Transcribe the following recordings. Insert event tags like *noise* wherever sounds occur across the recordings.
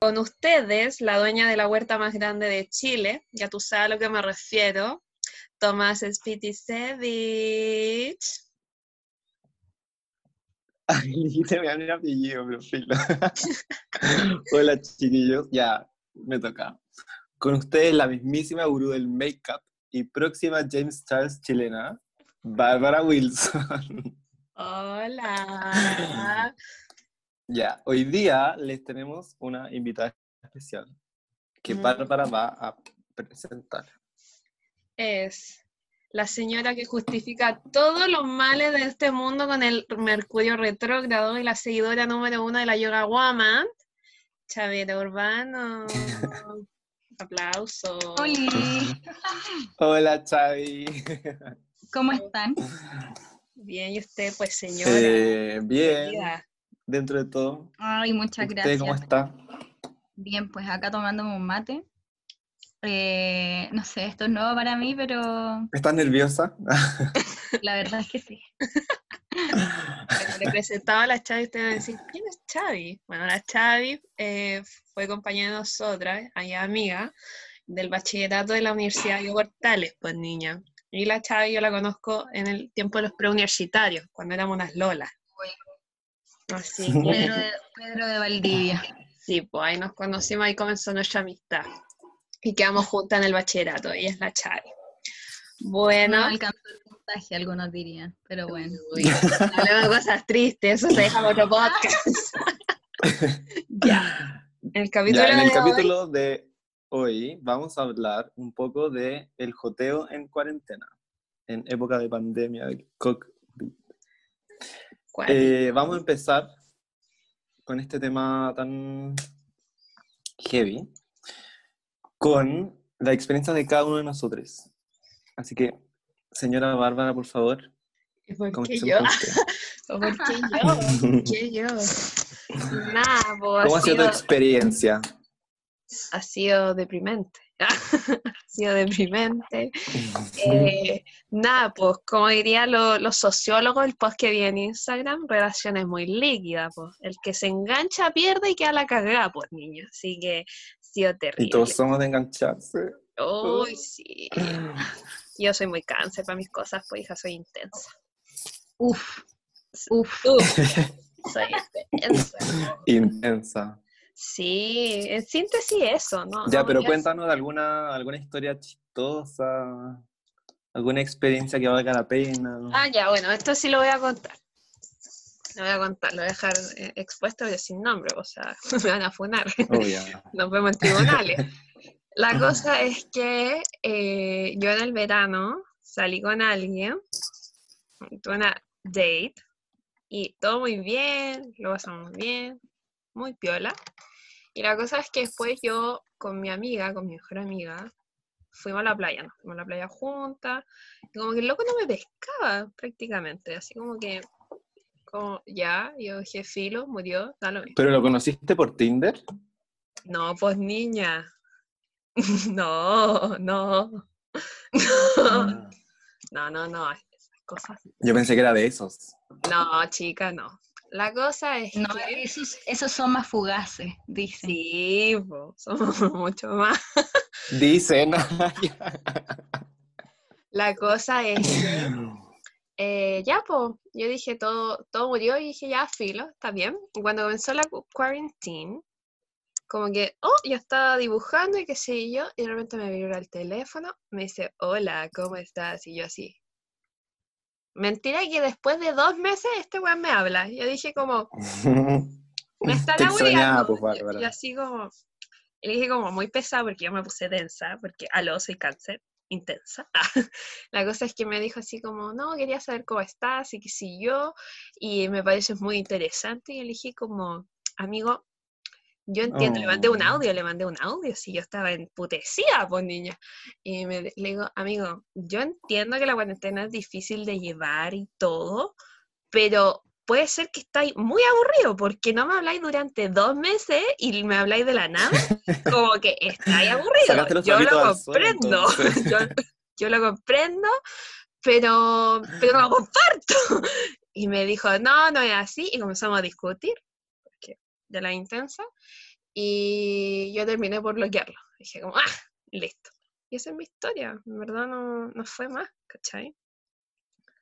con ustedes, la dueña de la huerta más grande de Chile, ya tú sabes a lo que me refiero, Tomás Spitisevich. Ay, *laughs* dijiste me mi apellido, pero filo. *laughs* Hola, chiquillos. Ya, me toca. Con ustedes, la mismísima gurú del make-up y próxima James Charles chilena, Bárbara Wilson. *laughs* Hola. ya, hoy día les tenemos una invitada especial que Mm. Bárbara va a presentar. Es la señora que justifica todos los males de este mundo con el Mercurio retrógrado y la seguidora número uno de la Yoga Woman, Chavira Urbano. Aplauso. Oli, Hola, Chavi. ¿cómo están? Bien, y usted, pues, señora. *laughs* Eh, bien, querida. dentro de todo. Ay, muchas ¿Usted gracias. cómo está? Bien, pues acá tomándome un mate. Eh, no sé, esto es nuevo para mí, pero ¿Estás nerviosa? la verdad es *laughs* que sí. Cuando le presentaba a la Chavi, ustedes van a decir, ¿quién es Chavi? Bueno, la Chavi eh, fue compañera de nosotras, allá amiga, del bachillerato de la Universidad de Portales, pues niña. Y la Chavi yo la conozco en el tiempo de los preuniversitarios, cuando éramos unas lolas. Así que, Pedro de, Pedro de Valdivia. sí, pues ahí nos conocimos, ahí comenzó nuestra amistad. Y quedamos juntas en el bachillerato, ella es la Chavi. Bueno, No alcanzó el puntaje, algunos dirían, pero bueno. Uy, hablando de cosas tristes, eso se deja para otro podcast. *laughs* ya. El capítulo Ya, en el de hoy, capítulo de hoy vamos a hablar un poco de el joteo en cuarentena, en época de pandemia del COVID. ¿cuál? Eh, vamos a empezar con este tema tan heavy, con la experiencia de cada uno de nosotros. Así que, señora Bárbara, por favor, ¿Por qué yo? comencemos con ¿Por qué yo? ¿Por usted. *laughs* qué yo? Nada, pues, ¿Cómo ha, ha sido tu sido, experiencia? ha sido deprimente. *laughs* ha sido deprimente. Eh, nada, pues como dirían lo- los sociólogos, el post que vi en Instagram, relaciones muy líquidas, pues. El que se engancha pierde y queda la cagada, pues niño. Así que ha sido terrible. *laughs* Y todos somos de engancharse. Uy, sí. *laughs* Yo soy muy cáncer para mis cosas, pues hija, soy intensa. Uf, uf. Tú, soy intensa. Intensa. Sí, en síntesis eso, ¿no? Ya, no, pero ya- cuéntanos de alguna, alguna historia chistosa, alguna experiencia que valga la pena. Ah, ya, bueno, esto sí lo voy a contar. Lo voy a contar, lo voy a dejar eh, expuesto pero sin nombre, o sea, *laughs* me van a funar. Obvio. Nos vemos en tribunales. La cosa es que eh, yo en el verano salí con alguien, tuve una date, y todo muy bien, lo pasamos bien, muy piola. Y la cosa es que después yo con mi amiga, con mi mejor amiga, fuimos a la playa, nos fuimos a la playa juntas, y como que el loco no me pescaba prácticamente, así como que, como ya, yo dije, filo, murió, da lo mismo. ¿Pero lo conociste por Tinder? No, pues niña. *laughs* No, no. No, Ah, no, no, no. Esas cosas. Yo pensé que era de esos. No, chica, no. La cosa es No, que esos, esos son más fugaces, dicen. sí, po, somos *laughs* mucho más. Dicen. La cosa es que eh, ya, pues, yo dije todo, todo murió y dije ya, filo, está bien. Y cuando comenzó la cu- quarantine, como que, oh, yo estaba dibujando y qué sé yo, y de repente me vibra el teléfono, me dice, hola, ¿cómo estás? Y yo así. Mentira que después de dos meses este weón me habla. Yo dije como, me *laughs* está Te la extrañaba, pues, Bárbara. Y así como, y le dije como muy pesado porque yo me puse densa, porque aló, soy cáncer, intensa. *laughs* la cosa es que me dijo así como, no, quería saber cómo estás y qué sé yo, y me parece muy interesante. Y yo le dije como, amigo, yo entiendo, le mandé un Oh. audio, le mandé un audio, si yo estaba emputecida, pues niña. Y me, le digo, amigo, yo entiendo que la cuarentena es difícil de llevar y todo, pero puede ser que estáis muy aburrido porque no me habláis durante dos meses y me habláis de la *laughs* nada. Como que estáis Sacaste aburrido. los Yo lo trapitos al sol, comprendo. entonces. *laughs* yo, yo lo comprendo, pero, pero no lo comparto. Y me dijo, no, no es así. Y comenzamos a discutir, porque de la intensa. Y yo terminé por bloquearlo. Dije como, ah, listo. Y esa es mi historia. En verdad no, no fue más, ¿cachai?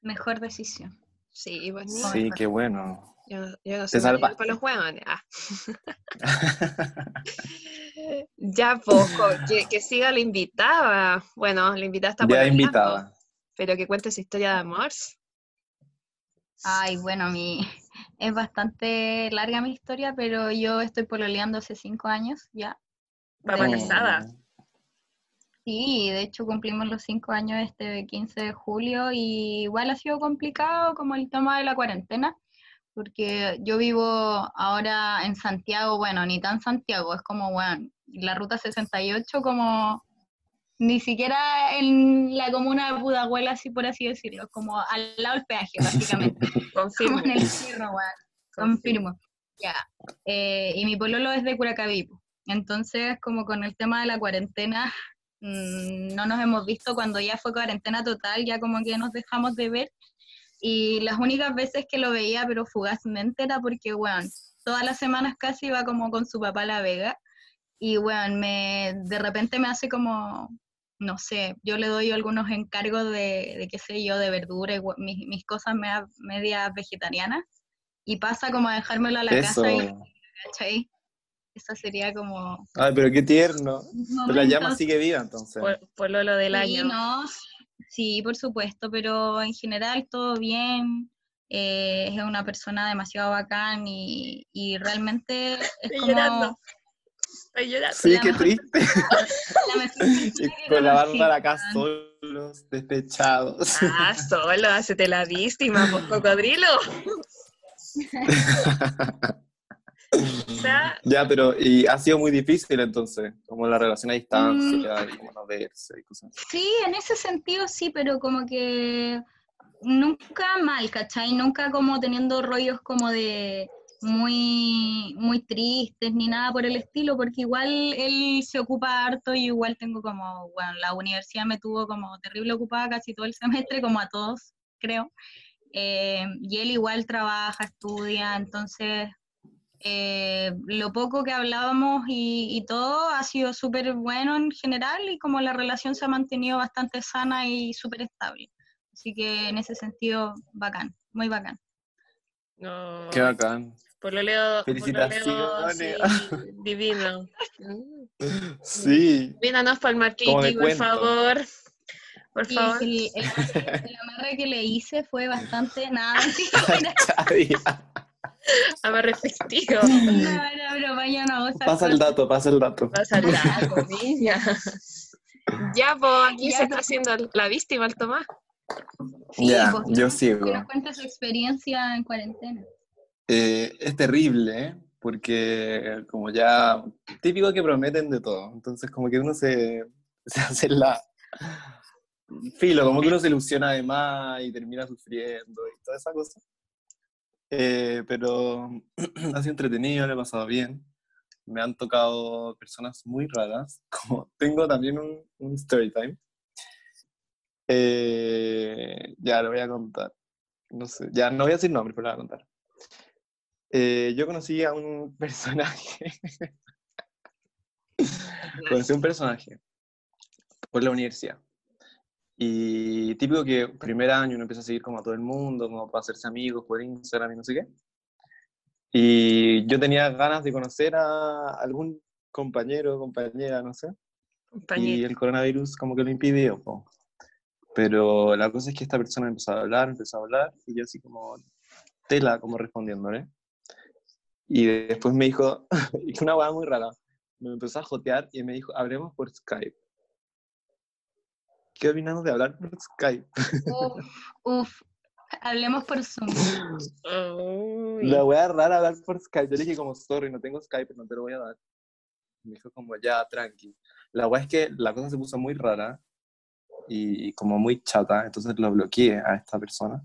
Mejor decisión. Sí, y pues ni- Sí, qué bueno. Yo, no- yo no soy salvaste. mayor para los huevones. Ah. Ya poco, que, que siga la invitada. Bueno, la invitada está ya pololeando, invitada. Pero que cuente su historia de amor. Ay, bueno, mi, es bastante larga mi historia, pero yo estoy pololeando hace cinco años ya. Papá Mm, Eh, casada. Sí, de hecho cumplimos los cinco años este 15 de julio y igual ha sido complicado como el tema de la cuarentena, porque yo vivo ahora en Santiago, bueno, ni tan Santiago, es como, bueno, la ruta 68 como ni siquiera en la comuna de Pudahuel, así por así decirlo, es como al lado del peaje, básicamente, como Confirmo. en el cierre, weón. Confirmo. Ya. Eh, y mi pololo es de Curacaví. po. Entonces, como con el tema de la cuarentena, mm, no nos hemos visto cuando ya fue cuarentena total, ya como que nos dejamos de ver. Y las únicas veces que lo veía, pero fugazmente, era porque, weón, todas las semanas casi iba como con su papá a La Vega. Y, weón, me, de repente me hace como, no sé, yo le doy algunos encargos de, de qué sé yo, de verdura, y we- mis, mis cosas mea- medias vegetarianas. Y pasa como a dejármelo a la Eso. casa y, ¿cachai? Esa sería como... Ay, pero qué tierno. Pero la llama momentos sigue viva, entonces. Por, por lo, lo del Sí, año. no, sí, por supuesto, pero en general todo bien. eh, es una persona demasiado bacán y, y realmente es Estoy como llorando. Estoy llorando. Sí, la qué mejor triste. *laughs* la mejor persona Y que con la conocí, Bárbara acá weón. solos, despechados. Ah, solo, hacete la víctima, pues *laughs* cocodrilo. O sea, Ya, pero y ha sido muy difícil entonces, como la relación a Mm. distancia y como no verse y cosas así. Sí, en ese sentido sí, pero como que nunca mal, ¿cachai? Nunca como teniendo rollos como de muy, muy tristes ni nada por el estilo, porque igual él se ocupa harto y igual tengo como, bueno, la universidad me tuvo como terrible ocupada casi todo el semestre, como a todos, creo. Eh, y él igual trabaja, estudia, entonces eh, lo poco que hablábamos y, y todo ha sido súper bueno en general y como la relación se ha mantenido bastante sana y súper estable. Así que en ese sentido, bacán, muy bacán. no. Qué bacán. Por lo leo. Felicitaciones. *laughs* divino. Sí. *laughs* Vínanos para el Como de marquito, por cuento. favor. Por Y favor. el, el amarre- *laughs* el amarre que le hice fue bastante nada. mentira, *laughs* Amarre festivo. no, era broma, yo no hago esas Pasa el cosas. dato, pasa el dato. Vas al lado, niña. Ya, pues, aquí Ya, se no. está haciendo la víctima el Tomás. Sí, ya, pues, yo Que sigo. nos cuente su experiencia en cuarentena. Eh, es terrible, ¿eh? porque como ya, típico que prometen de todo, entonces como que uno se, *laughs* se hace la... Filo, como que uno se ilusiona además y termina sufriendo y toda esa cosa. Eh, pero *clears throat* ha sido entretenido, lo he pasado bien. Me han tocado personas muy raras, *laughs* como tengo también un, un story time. Eh, ya lo voy a contar. No sé, ya no voy a decir nombres, pero lo voy a contar eh, yo conocí a un *laughs* personaje, conocí a un personaje por la universidad. Y típico que primer año uno empieza a seguir como a todo el mundo, como para hacerse amigos por Instagram y no sé qué. Y yo tenía ganas de conocer a algún compañero, compañera, no sé. Y Compañero. el coronavirus como que lo impidió. po. Pero la cosa es que esta persona empezó a hablar, empezó a hablar, y yo así como tela, como respondiéndole. Y después me dijo, *laughs* y fue una hueá muy rara, me empezó a jotear y me dijo, hablemos por Skype. ¿Qué opinamos de hablar por Skype? Uf, uf, hablemos por Zoom. Uy. La hueá rara hablar por Skype. Yo le dije como, sorry, no tengo Skype, no te lo voy a dar. Me dijo como, ya, tranqui. La hueá es que la cosa se puso muy rara y, y como muy chata, entonces lo bloqueé a esta persona.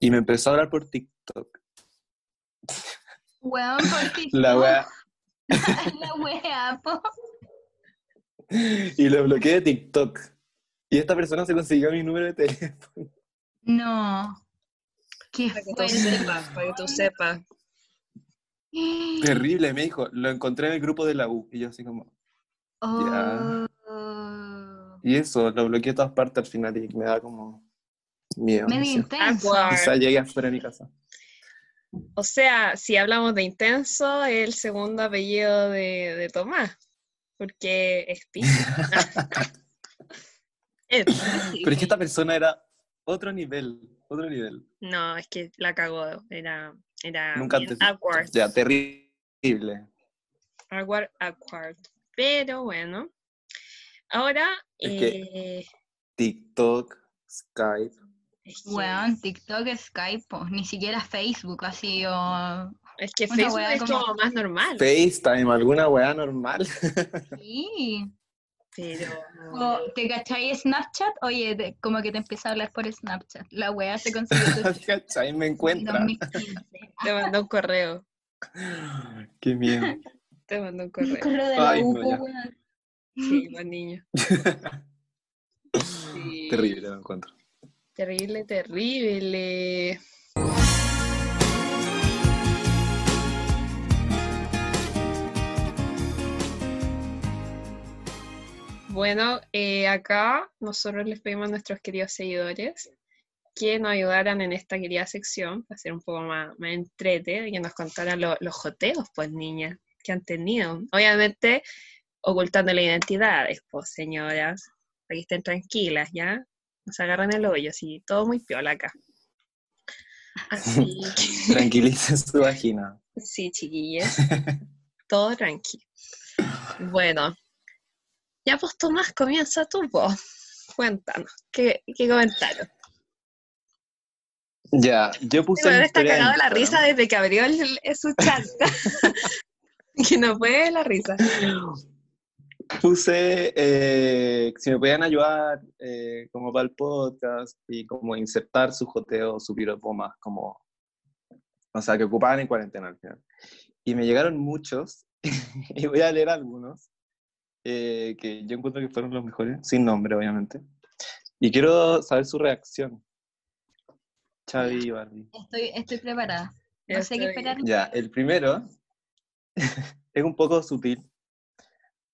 Y me empezó a hablar por TikTok. *laughs* Weón, por ti. La hueá... *laughs* La wea, po. Y lo bloqueé de TikTok. Y esta persona se consiguió mi número de teléfono. No. Qué Para que tú fuerte. sepas, para que tú sepas. Terrible, me dijo. Lo encontré en el grupo de la U. Y yo así como... Oh. Y eso, lo bloqueé de todas partes al final y me da como miedo. no Medio sé. intenso. Awkward. Quizá llegue afuera de mi casa. O sea, si hablamos de intenso, es el segundo apellido de, de Tomás, porque es Piscis. Es Piscis. *laughs* Pero es que esta persona era otro nivel, otro nivel. No, es que la cagó, era, era Nunca bien antes. Ah, awkward, Ya, terrible. awkward, awkward. Pero bueno, ahora Es que- eh, TikTok, Skype. es que- Weón, TikTok, Skype, po, ni siquiera Facebook, así o... es que una Facebook weá es como- como más normal, FaceTime, alguna weá normal. *laughs* Sí. pero O, ¿Te cachai Snapchat? Oye, te- como que te empieza a hablar por Snapchat. La weá *laughs* se consiguió ¿Cachai? Me en encuentra. 2015. te mandó un correo, *gasps* *laughs* Qué miedo. te mandó un Un *laughs* correo, correo de la Ay, U, no, po, ya. weón. sí, buen niño. Sí. *laughs* Terrible lo encuentro. Terrible, terrible. Bueno, eh, acá nosotros les pedimos a nuestros queridos seguidores que nos ayudaran en esta querida sección, para hacer un poco más, más entrete, y que nos contaran lo- los joteos, pues niñas, que han tenido. Obviamente, ocultando la identidad, pues señoras, para que estén tranquilas, ¿ya? nos agarran el hoyo, así, todo muy piola acá. Así que, Tranquilice su vagina. *laughs* sí, chiquillas, todo tranquilo. Bueno, ya pues Tomás, comienza tú, vos. Cuéntanos, ¿qué, qué comentaron? Ya, yo puse. Este mi weón está historia en cagado de la risa Instagram. desde que abrió el- el- su *laughs* chat. que no puede la risa. puse eh, si me podían ayudar eh, como para el podcast y como insertar su joteo, su piropo más como, o sea, que ocupaban en cuarentena al final. Y me llegaron muchos *laughs* y voy a leer algunos eh, que yo encuentro que fueron los mejores, sin nombre obviamente. Y quiero saber su reacción. Xavi y Barbie. Estoy, estoy preparada. No sé qué Estoy- esperar. Ya, el primero *laughs* es un poco sutil.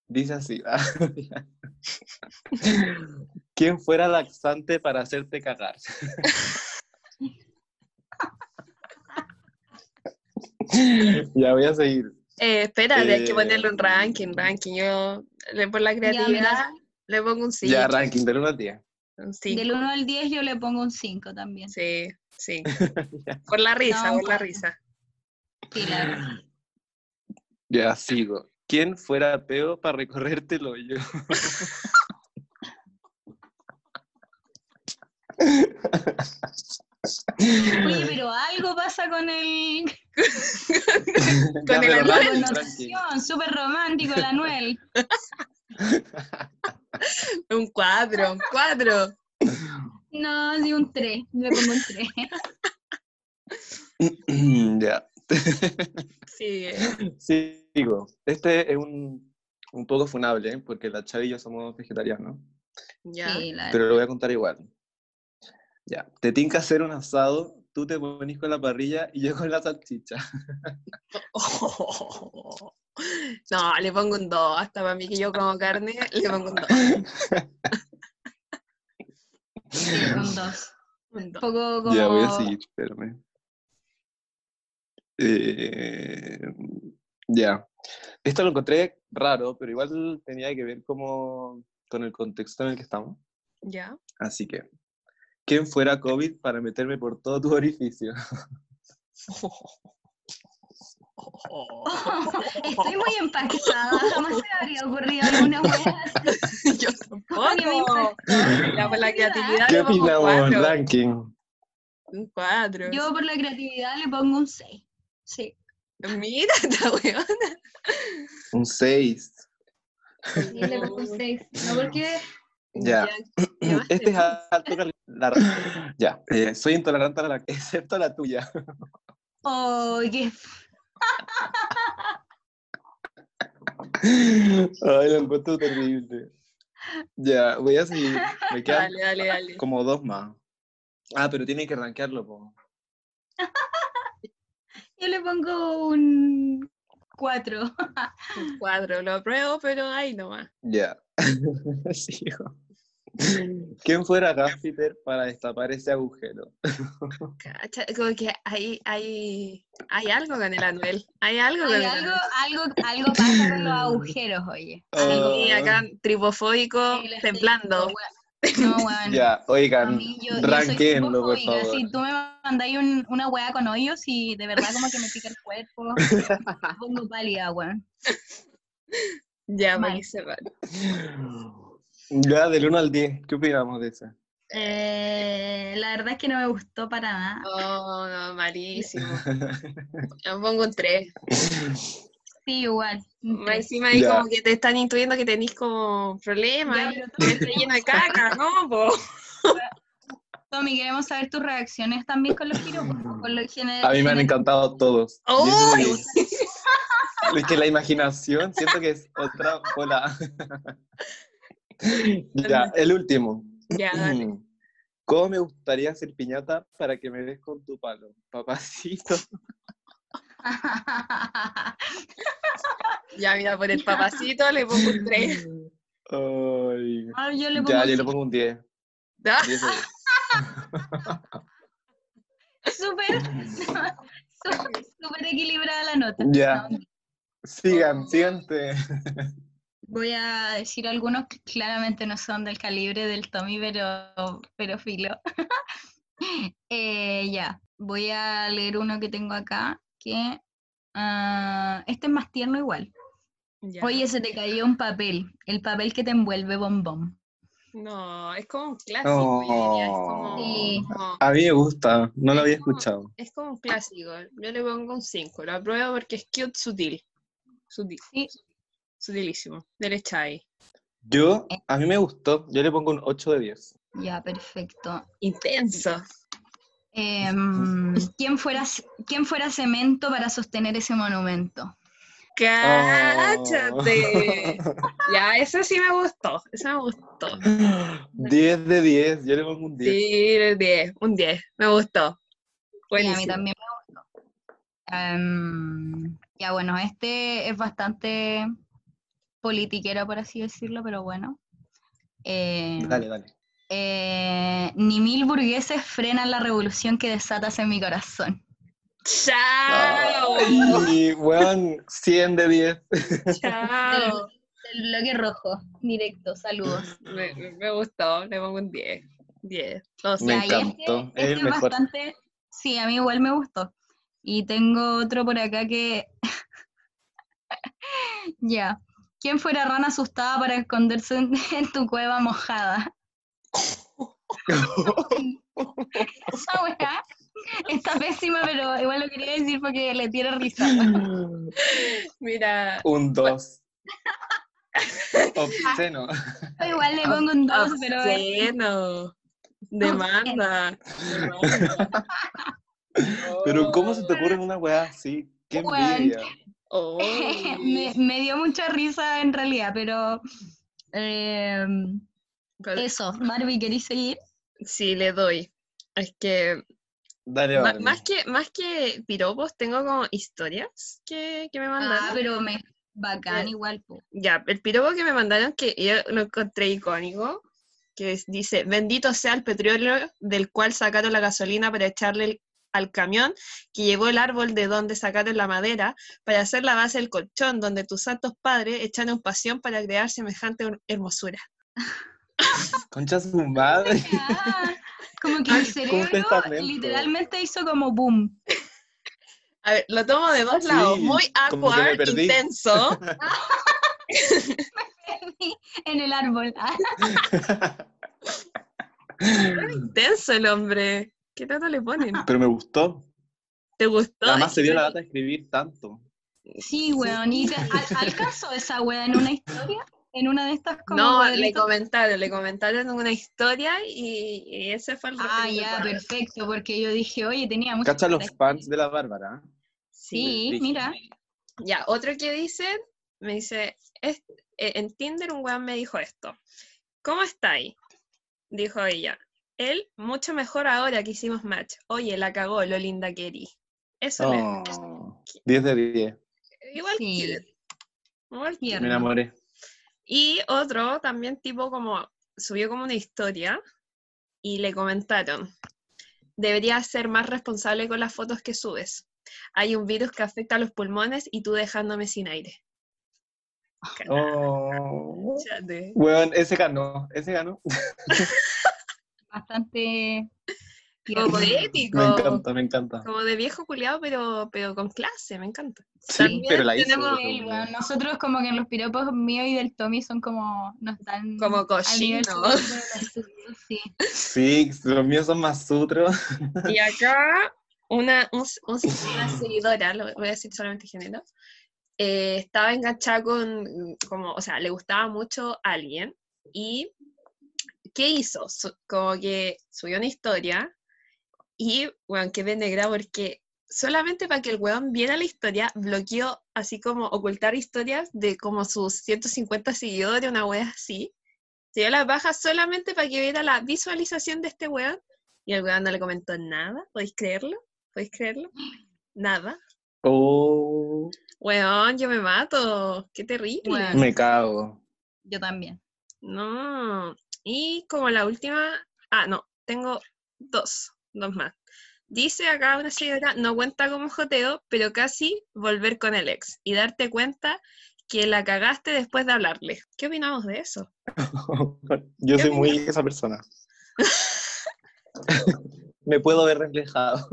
Dice así. *laughs* ah, ¿Quién fuera laxante para hacerte cagar? *laughs* ya voy a seguir. Eh, espérate, hay que Eh, ponerle un ranking, ranking. Yo le pongo la creatividad, Ya, le pongo un sí. ya, ranking del 1 al 10. un sí. Del 1 al 10 yo le pongo un 5 también. Sí, sí. *laughs* Ya. Por la risa, No, por la bueno. risa. Sí, la verdad. *gasps* Ya, sigo. ¿Quién fuera peo para recorrerte *laughs* el hoyo? Oye, pero algo pasa con el Con el la Anuel. connotación, súper romántico el Anuel. Un cuadro, un cuadro. No, sí, un 3, le pongo un *clears throat* 3. ya, Sí. sigo. Este es un, un poco funable, ¿eh? porque la Chavi y yo somos vegetarianos, Ya. Sí, la verdad. pero lo voy a contar igual. Ya, te tinca hacer un asado, tú te ponís con la parrilla y yo con la salchicha. *laughs* No, le pongo un 2. Hasta para mí que yo como carne, le pongo un 2. Sí, un 2. Un Un 2. poco como... Ya, voy a seguir, espérame. Eh, ya. Esto lo encontré raro, pero igual tenía que ver como con el contexto en el que estamos. Ya. *laughs* Así que, ¿quién fuera COVID para meterme por todo tu *laughs* orificio? *laughs* Estoy muy impactada, jamás se me habría ocurrido alguna wea así. Yo que me tampoco. impactó. Ya, por la creatividad ¿Qué le pongo un opinamos del cuadro. ranking? Un cuadro. Yo por la creatividad le pongo un 6. Sí, Mira esta weona. Un 6. sí, le pongo un 6. No, porque... Ya. *clears throat* Ya, Este es alto cal- *laughs* la- Ya, eh, soy intolerante a la *laughs* excepto a la tuya. Oh, qué... Ay, lo encuentro terrible. Ya, voy a seguir. Me quedan Dale, dale, dale. como dos más. Ah, pero tienen que rankearlo, po. yo le pongo un 4. Un cuadro, lo apruebo, pero ahí nomás. Ya. *laughs* Sí, hijo. ¿Quién fuera Gaffiter para destapar ese agujero? Cacha, como que hay, hay, hay algo con el Anuel. Hay algo con Hay el algo, Anuel. algo, algo pasa con los agujeros, oye. Algo- Y acá, tripofóbico, Sí, lo estoy temblando. viendo, weón. No, weón. Ya, A oigan, mí, yo, yo soy ranquéenlo, por homofóbica, favor. Si tú me mandáis un- una hueá con hoyos y de verdad como que me pica el *laughs* cuerpo, me pongo pálida, weón. Ya, Mal. para que sepan. Ya, del 1 al 10, ¿qué opinamos de esa? Eh, la verdad es que no me gustó para nada. Oh, no, malísimo. Yo pongo un 3. Sí, igual. Más Ya, encima ahí Ya. como que te están intuyendo que tenés como problemas. pero y Está lleno de *laughs* caca, ¿no? po? Tommy, queremos saber tus reacciones también con los pues, piropos. Con los gener- A mí me han *laughs* gener- encantado todos. Y eso ¡Uy! me- Es que la imaginación siento que es otra bola. *laughs* ya, el último. *laughs* Mm. Ya, dale. ¿Cómo me gustaría hacer piñata para que me des con tu palo? Papacito. Ya, mira, por el papacito le pongo un *laughs* 3. Ay. Ah, yo le pongo Ya, yo le así. pongo un 10. ¿Ah? 10 de 10. súper, *laughs* súper súper equilibrada la nota. Ya. No, Sigan, sigan ustedes. Voy a decir algunos que claramente no son del calibre del Tommy, pero, pero filo. *laughs* Eh, ya, voy a leer uno que tengo acá, que ah, este es más tierno igual. Ya. Oye, se te cayó un papel, el papel que te envuelve bombón. No, es como un clásico. yo diría, Es, como, Sí. como- A mí me gusta, no lo había escuchado. es como Ah, un clásico. Yo le pongo un 5. Lo apruebo porque es cute, sutil. Sutil. Sí. Sutilísimo. Derecha ahí. Yo, a mí me gustó, yo le pongo un 8 de 10. Ya, perfecto. Intenso. Em, ¿quién, fuera, c- ¿Quién fuera cemento para sostener ese monumento? Cáchate. Ya, ese sí me gustó. Ese me gustó. 10 de 10, yo le pongo un 10. Sí, un 10. Un 10. Me gustó. Y a mí Buenísimo. también me gustó. Em, ya bueno, este es bastante politiquero, por así decirlo, pero bueno. Eh, Dale, dale. eh, ni mil burgueses frenan la revolución que desatas en mi corazón. Chao. Y, weón, 100 de 10. *laughs* Chao. El bloque rojo, directo, saludos. Me, me- me gustó. Le pongo un 10. 10. 12. Me Ya, y este- encantó, es este el mejor. bastante- sí, a mí igual me gustó. Y tengo otro por acá que... *laughs* ya. ¿Quién fuera rana asustada para esconderse en, *laughs* en tu cueva mojada? Esa weá está pésima, pero igual lo quería decir porque le tiene risa. Mira. Un 2. Obsceno. Yo Igual le pongo un 2, Ah, pero es- Obsceno. Demanda. Demanda. *laughs* Pero, ¿cómo se te ocurre una weá así? ¡Qué Weón. envidia! Oh. *laughs* eh, me, me dio mucha risa en realidad, pero... em, Eso, Barbie, ¿queréis seguir? Sí, le doy. Es que Dale, ma- dale. más que, más que piropos, tengo como historias que, que me mandaron. Ah, pero me bacán Sí. igual. po. Ya, el piropo que me mandaron, que yo lo encontré icónico, que es- dice, bendito sea el petróleo del cual sacaron la gasolina para echarle el- al camión que llevó el árbol de donde sacaron la madera para hacer la base del colchón donde tus santos padres echaron pasión para crear semejante her- hermosura. Concha su *laughs* madre. *laughs* Ah, como que el cerebro testamento. literalmente hizo como boom. *laughs* A ver, lo tomo de dos Sí, lados, muy como que me awkward, perdí. *laughs* intenso, en el árbol. Ah, intenso el hombre. ¿Qué tanto le *laughs* ponen? Pero me gustó. ¿Te gustó? Además, se dio la data de escribir tanto. sí, weón. ¿Y te- al- alcanzó esa wea en una historia? ¿En una de estas como No, le cuadritos? Ah, comentaron, le comentaron una historia y, y ese fue el Ah, referente ya, para- perfecto, porque yo dije, oye, tenía mucha... Cacha los fans de la Bárbara. ¿eh? Sí, dije. mira. Ya, otro que dicen, me dice, "Es- eh, en Tinder un weón me dijo esto. ¿Cómo está ahí? Dijo ella. Él, mucho mejor ahora que hicimos match. Oye, la cagó, lo linda que erí". Eso me- Oh. 10 de 10. Igual Sí. cute. Igual Tierno. Me enamoré. Y otro también tipo como subió como una historia y le comentaron, deberías ser más responsable con las fotos que subes. Hay un virus que afecta a los pulmones y tú dejándome sin aire. Oh. Chate. Weón, ese ganó, ese ganó. Bastante... Como tierno. poético, Me encanta, me encanta. como de viejo culiado, pero, pero con clase, me encanta. Sí, pero la hizo. tenemos weón. Sí, weón, nosotros como que los piropos míos y del Tommy son como, nos dan... Como al nivel cochinos. superior de los suyos, Sí. Sí, los míos son más sutros. *laughs* Y acá una, un- un- una seguidora, lo voy a decir solamente género, eh, estaba enganchada con, como, o sea, le gustaba mucho a alguien y ¿qué hizo? Su- como que subió una historia y, weón, quedé negra porque solamente para que el weón viera la historia, bloqueó así como ocultar historias de como sus 150 seguidores, una wea así. Se dio las bajas solamente para que viera la visualización de este weón y el weón no le comentó nada, ¿podéis creerlo? ¿Podéis *gasps* creerlo? Nada. Oh, Weón, yo me mato. Qué terrible. Weón. me cago. *laughs* Yo también. No. Y como la última. Ah, no. Tengo dos. Dos más. Dice acá una señora, no cuenta como joteo, pero casi volver con el ex y darte cuenta que la cagaste después de hablarle. ¿Qué opinamos de eso? Yo soy opinas? muy *laughs* esa persona. Me puedo ver reflejado.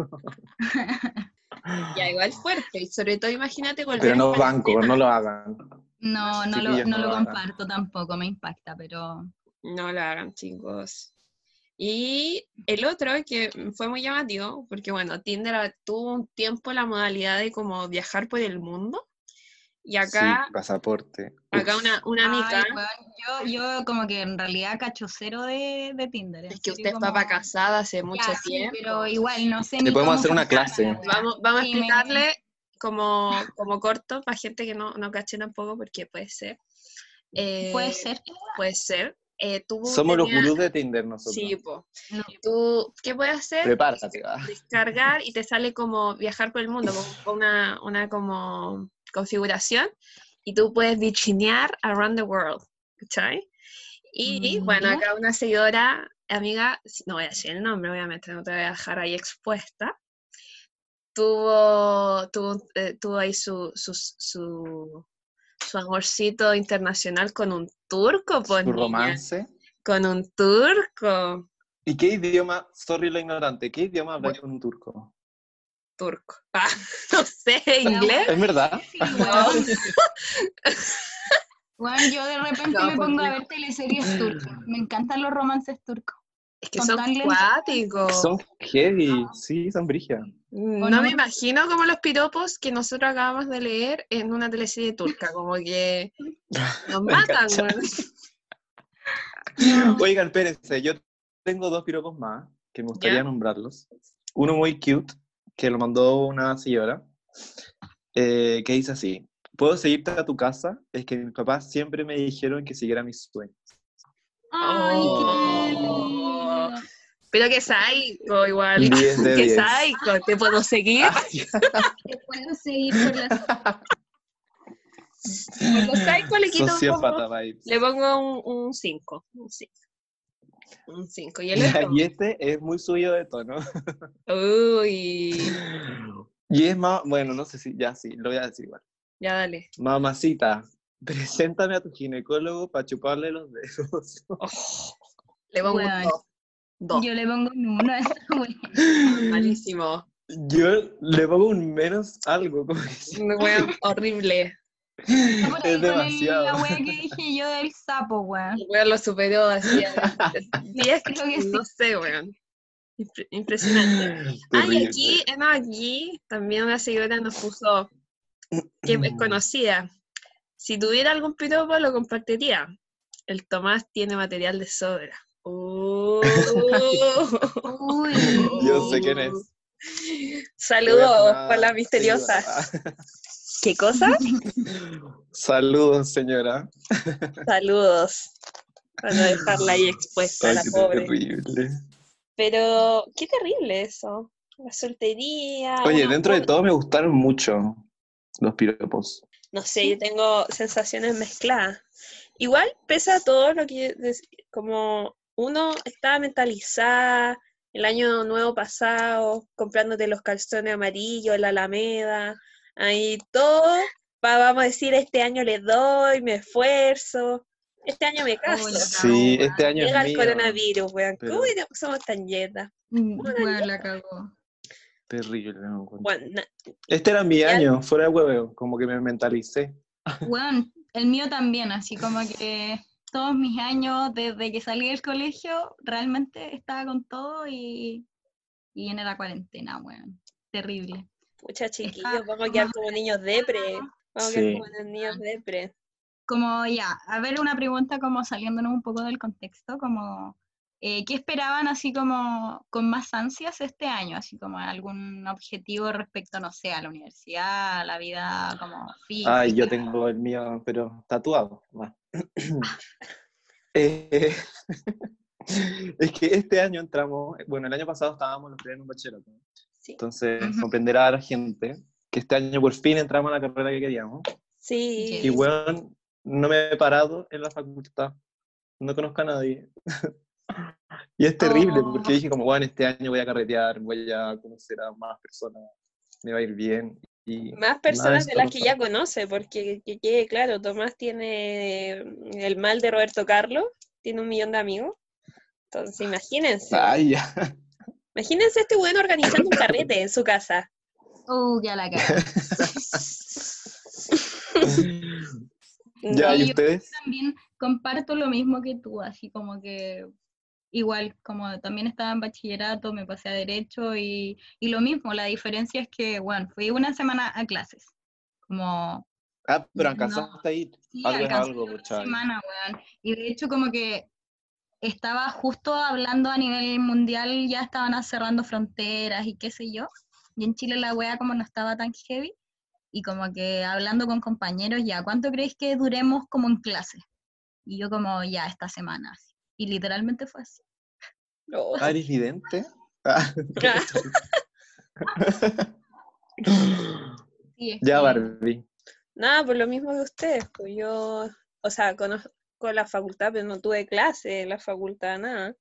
Ya, igual fuerte. Y sobre todo, imagínate volver. Pero no en cuarentena. banco, no lo hagan. No, no lo, Chiquillos, no no lo lo hagan. comparto tampoco, me impacta, pero... No lo hagan, chicos. Y el otro que fue muy llamativo, porque bueno, Tinder a- tuvo un tiempo la modalidad de como viajar por el mundo. Y acá, Sí, pasaporte. acá Uf. una, una amiga, Ay, weón, yo, yo como que en realidad cacho cero de, de Tinder. en es que serio, usted está como- para casada hace mucho Ya, sí, tiempo. Pero igual, no sé. Le ni podemos cómo hacer una funciona clase. la weá. Vamos, vamos a Sí, me- explicarle como, como corto para gente que no, no caché tampoco, porque puede ser. Eh, Puede ser. Puede ser. Eh, tú Somos los tenías- gurús de Tinder nosotros. Sí, pues, po. No. Tú, ¿qué puedes hacer? Prepárate. va. descargar y te sale como viajar por el mundo, como una, una como configuración, y tú puedes bichinear around the world, ¿cachai? Y Mm, bueno, ya. acá una seguidora, amiga, si- no voy a decir el nombre, obviamente, no te voy a dejar ahí expuesta, tuvo, tuvo, eh, tuvo ahí su, su, su, su amorcito internacional con un turco, pues, Tu niña, romance. con un turco, ¿Y qué idioma, sorry la ignorante, qué idioma habla con un turco? turco, *laughs* Ah, no sé, inglés. ¿Es verdad? Sí, *laughs* weón. Weón, yo de repente No, me por pongo a Dios. ver *clears throat* teleseries turcas. Me encantan los romances turcos. Es que Son son tan lentos. cuáticos. Son heavy, sí, son brigia. No, no me me- imagino como los piropos que nosotros acabamos de leer en una teleserie turca, como *laughs* que nos matan. Cacha. weón. Oigan, espérense, yo tengo dos piropos más que me gustaría ¿Ya? nombrarlos. Uno muy cute, que lo mandó una señora, eh, que dice así, ¿puedo seguirte a tu casa? Es que mis papás siempre me dijeron que siguiera mis sueños. Ay, qué Oh. lindo. Pero que psycho igual. 10 de *laughs* Ah. Que 10. psycho, te puedo seguir. Te puedo seguir *laughs* por las... Como psycho le quito un poco- Sociópata vibes. Le pongo un 5. Un 5. Y el Ya, otro. Y este es muy subido de tono. *laughs* Uy. Y es más, bueno, no sé si, ya sí, lo voy a decir igual. Ya dale. Mamacita, preséntame a tu ginecólogo para chuparle los dedos. Le pongo Weón. un 2. Yo le pongo un uno *laughs* a esa weá. *laughs* Malísimo. Yo le pongo un menos algo, como que sí. Un weón horrible. Como te es digo, La demasiado. wea que dije yo del sapo, weón. El weón lo superó así. a- diez, Creo que No sé, weón. Impre- Impresionante. Ay, Terrible. aquí, eh, no, aquí también una seguidora nos puso, que es conocida. Si tuviera algún piropo, lo compartiría. El Tomás tiene material de sobra. Uh. Uy. Yo sé quién es. Saludos Buena para la misteriosa. señora. Ah, ¿Qué cosa? Saludos, señora. Saludos. Para no dejarla ahí expuesta, Ay, la qué pobre. terrible. Pero qué terrible eso. la soltería. Oye, una- dentro de todo me gustaron mucho los piropos. No sé, yo tengo sensaciones mezcladas. Igual, pese a todo lo que, des- como uno estaba mentalizada el año nuevo pasado, comprándote los calzones amarillos, la alameda, ahí todo, pa- vamos a decir, este año le doy, me esfuerzo, este año me caso. Hola. Sí, weón. este año Llega es el mío. coronavirus, weón. Pero- ¿Cómo iremos- somos tan yetas? Mm, Bueno, la cagó. Terrible. no encuentro. Bueno, na- Este era mi Ya- año, fuera de hueveo, como que me mentalicé. Bueno, el mío también, así como que todos mis años desde que salí del colegio realmente estaba con todo y, y en la cuarentena, bueno, terrible. pucha chiquillos, Está- vamos a quedar como niños depre. Vamos a quedar Sí. como niños depre. Como ya, a ver una pregunta como saliéndonos un poco del contexto, como eh, ¿qué esperaban así como con más ansias este año? Así como algún objetivo respecto, no sé, a la universidad, a la vida como física. Ay, yo tengo el mío, pero tatuado. va. Ah. Eh, *laughs* es que este año entramos, bueno, el año pasado estábamos los tres en un bachillerato. Sí. Entonces, Ujú. comprenderá a la gente que este año por fin entramos a la carrera que queríamos. Sí. Y Sí. bueno, no me he parado en la facultad. No conozco a nadie. *laughs* y es terrible Oh. porque dije como, bueno, este año voy a carretear, voy a conocer a más personas, me va a ir bien. Y Más Nada personas es de las que todo. ya conoce, porque que quede claro, Tomás tiene mm, el mal de Roberto Carlos, tiene un millón de amigos. Entonces, imagínense. Ay, ya. Imagínense este weón organizando un carrete en su casa. *laughs* Uh, ya la cara. ya, No, *laughs* ¿y yo- ustedes? también comparto lo mismo que tú, así como que igual, como también estaba en bachillerato, me pasé a derecho y, y lo mismo, la diferencia es que, bueno, fui una semana a clases, como Ah, pero No. alcanzaste a ir. Sí, Algo es alcancé algo, una pucha. semana, weón. Y de hecho, como que estaba justo hablando a nivel mundial, ya estaban cerrando fronteras y qué sé yo. Y en Chile la wea como no estaba tan heavy. Y como que hablando con compañeros, ya, ¿cuánto creéis que duremos como en clase? Y yo como, ya, esta semana. así. Y literalmente fue así. *laughs* No. Oh, Ah, ¿eres vidente? Ah. Sí, es ya, que- Barbie. Nada, por lo mismo que ustedes. Pues yo, o sea, conozco la facultad, pero no tuve clase en la facultad, nada.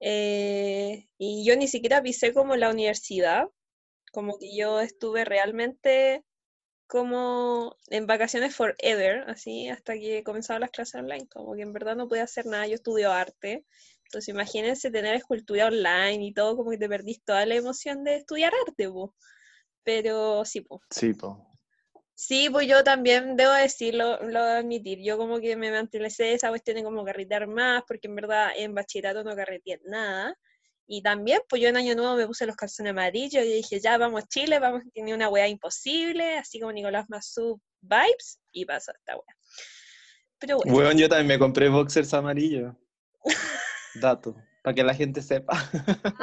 Eh, y yo ni siquiera pisé como la universidad, como que yo estuve realmente como en vacaciones forever, así, hasta que comenzaron las clases online, como que en verdad no pude hacer nada, yo estudio arte, entonces imagínense tener escultura online y todo, como que te perdís toda la emoción de estudiar arte, po. pero sí, pues. Sí, po. Sí, pues yo también debo decirlo, lo debo admitir. Yo como que me mantelecé esa cuestión de como carretear más, porque en verdad en bachillerato no carreteé nada. Y también, pues yo en Año Nuevo me puse los calzones amarillos y dije, ya, vamos Chile, vamos, tiene una weá imposible, así como Nicolás Massú vibes, y pasó esta weá. Pero bueno, Bueno, yo también me compré boxers amarillos. *laughs* Dato, para que la gente sepa.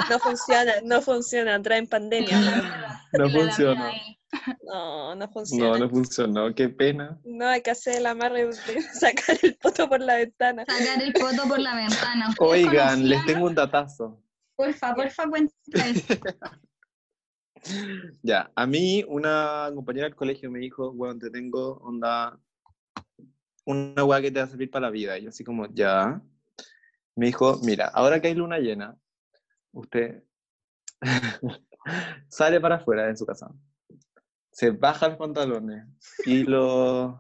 no funciona, no funciona, traen *laughs* pandemia. weón. *laughs* No la- la funcionó. mía es- No, no funciona. No, no funcionó. Qué pena. No, hay que hacer el amarre de sacar el poto por la ventana. Sacar el poto por la ventana. ¿Ustedes Oigan, les conocían? tengo un datazo. Porfa, porfa, cuenta eso. Ya, a mí una compañera del colegio me dijo, bueno, te tengo onda, una weá que te va a servir para la vida. Y yo así como, ya. Me dijo, mira, ahora que hay luna llena, usted *laughs* sale para afuera de su casa, se baja los pantalones y los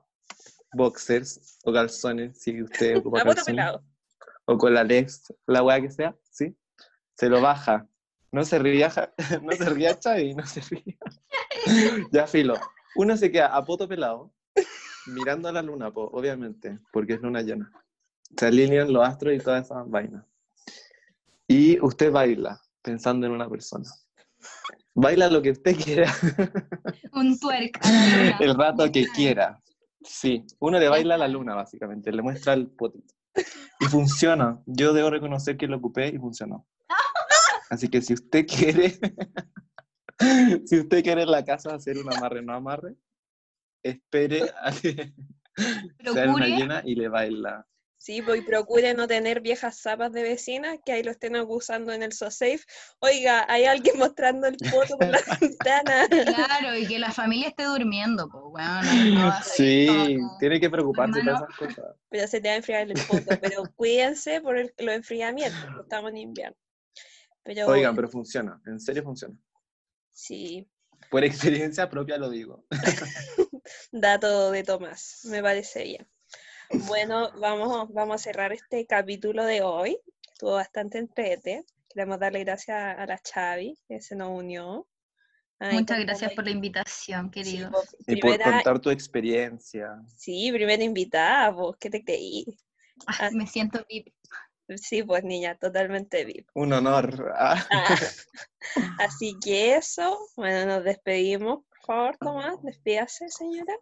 boxers o calzones, si usted ocupa A Ah, poto calzones pelado. o con la Lex, la weá que sea, ¿sí? Se lo baja. No se ría, Ja- *laughs* no se ría Chavi, no se ría. *laughs* ya filo. Uno se queda a poto pelado, mirando a la luna, po, obviamente, porque es luna llena. Se alinean los astros y todas esas vainas. Y usted baila, pensando en una persona. Baila lo que usted quiera, Un twerk a la luna. *laughs* el rato que quiera. Sí, uno le baila a la luna, básicamente, le muestra el potito. Y funciona. Yo debo reconocer que lo ocupé y *laughs* funcionó. Así que si usted quiere, *laughs* si usted quiere en la casa hacer un amarre no amarre, espere a que *laughs* sea luna Procure llena y le baila. Sí, pues, y procure no tener viejas zapas de vecinas que ahí lo estén acusando en el SoSafe. Oiga, hay alguien *laughs* mostrando el foto por *laughs* la ventana. Claro, y que la familia esté durmiendo, pues, weón. no va a salir Sí, todo. tiene que preocuparse por Hermano. esas cosas. Pero se te va a enfriar el foto. Pero cuídense por el, los enfriamientos, porque estamos en invierno. Pero Oigan, pero funciona, en serio funciona. sí, Por experiencia propia lo digo. dato de Tomás, me parece bien. Bueno, vamos, vamos a cerrar este capítulo de hoy. Estuvo bastante entrete. Queremos darle gracias a, a la Chavi, que se nos unió. Ay, Muchas con- gracias por la invitación, Sí, querido. po, Y por primera- contar tu experiencia. Sí, primera invitada, vos, ¿qué te creí? Ah, me siento VIP. Sí, pues niña, totalmente VIP. Un honor. Ah, Ah, Así que eso, bueno, nos despedimos. Por favor, Tomás, Ah. despídase, señora.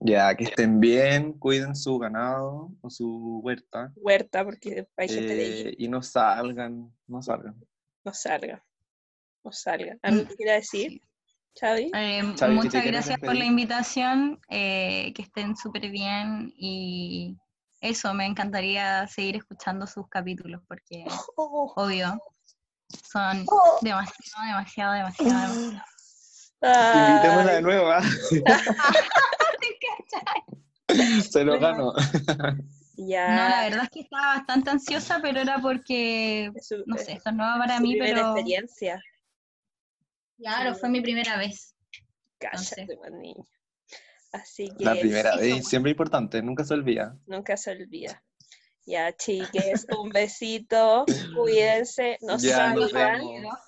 Ya, que estén bien, cuiden su ganado o su huerta. Huerta, porque hay gente de allí. eh, y no salgan, no salgan. No salga, no salga. ¿Algo que quiera decir, Mm. Sí. Chavi? Eh, Chavi, si te muchas quieres gracias por la despedir. invitación, eh, que estén súper bien y eso, me encantaría seguir escuchando sus capítulos porque, obvio, son demasiado, demasiado, demasiado, demasiado. Invitémosla Ay, de nuevo, ¿ah? Ah. *laughs* *laughs* se lo gano. Ya. No, la verdad es que estaba bastante ansiosa, pero era porque, es su- no es sé, esto es nuevo su para mí, primera pero experiencia. claro, fue mi primera vez. Cállate, pues, niña. Así que. La primera sí, vez, y son- *laughs* siempre importante, nunca se olvida. Nunca se olvida. Ya, chiques, un *coughs* besito. Cuídense, no Ya, nos salgan. vemos.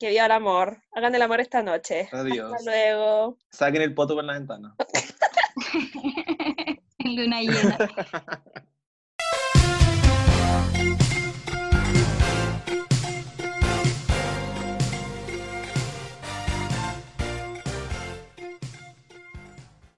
Que viva el amor. Hagan el amor esta noche. Adiós. Hasta luego. *laughs* Saquen el poto por la ventana. Luna llena.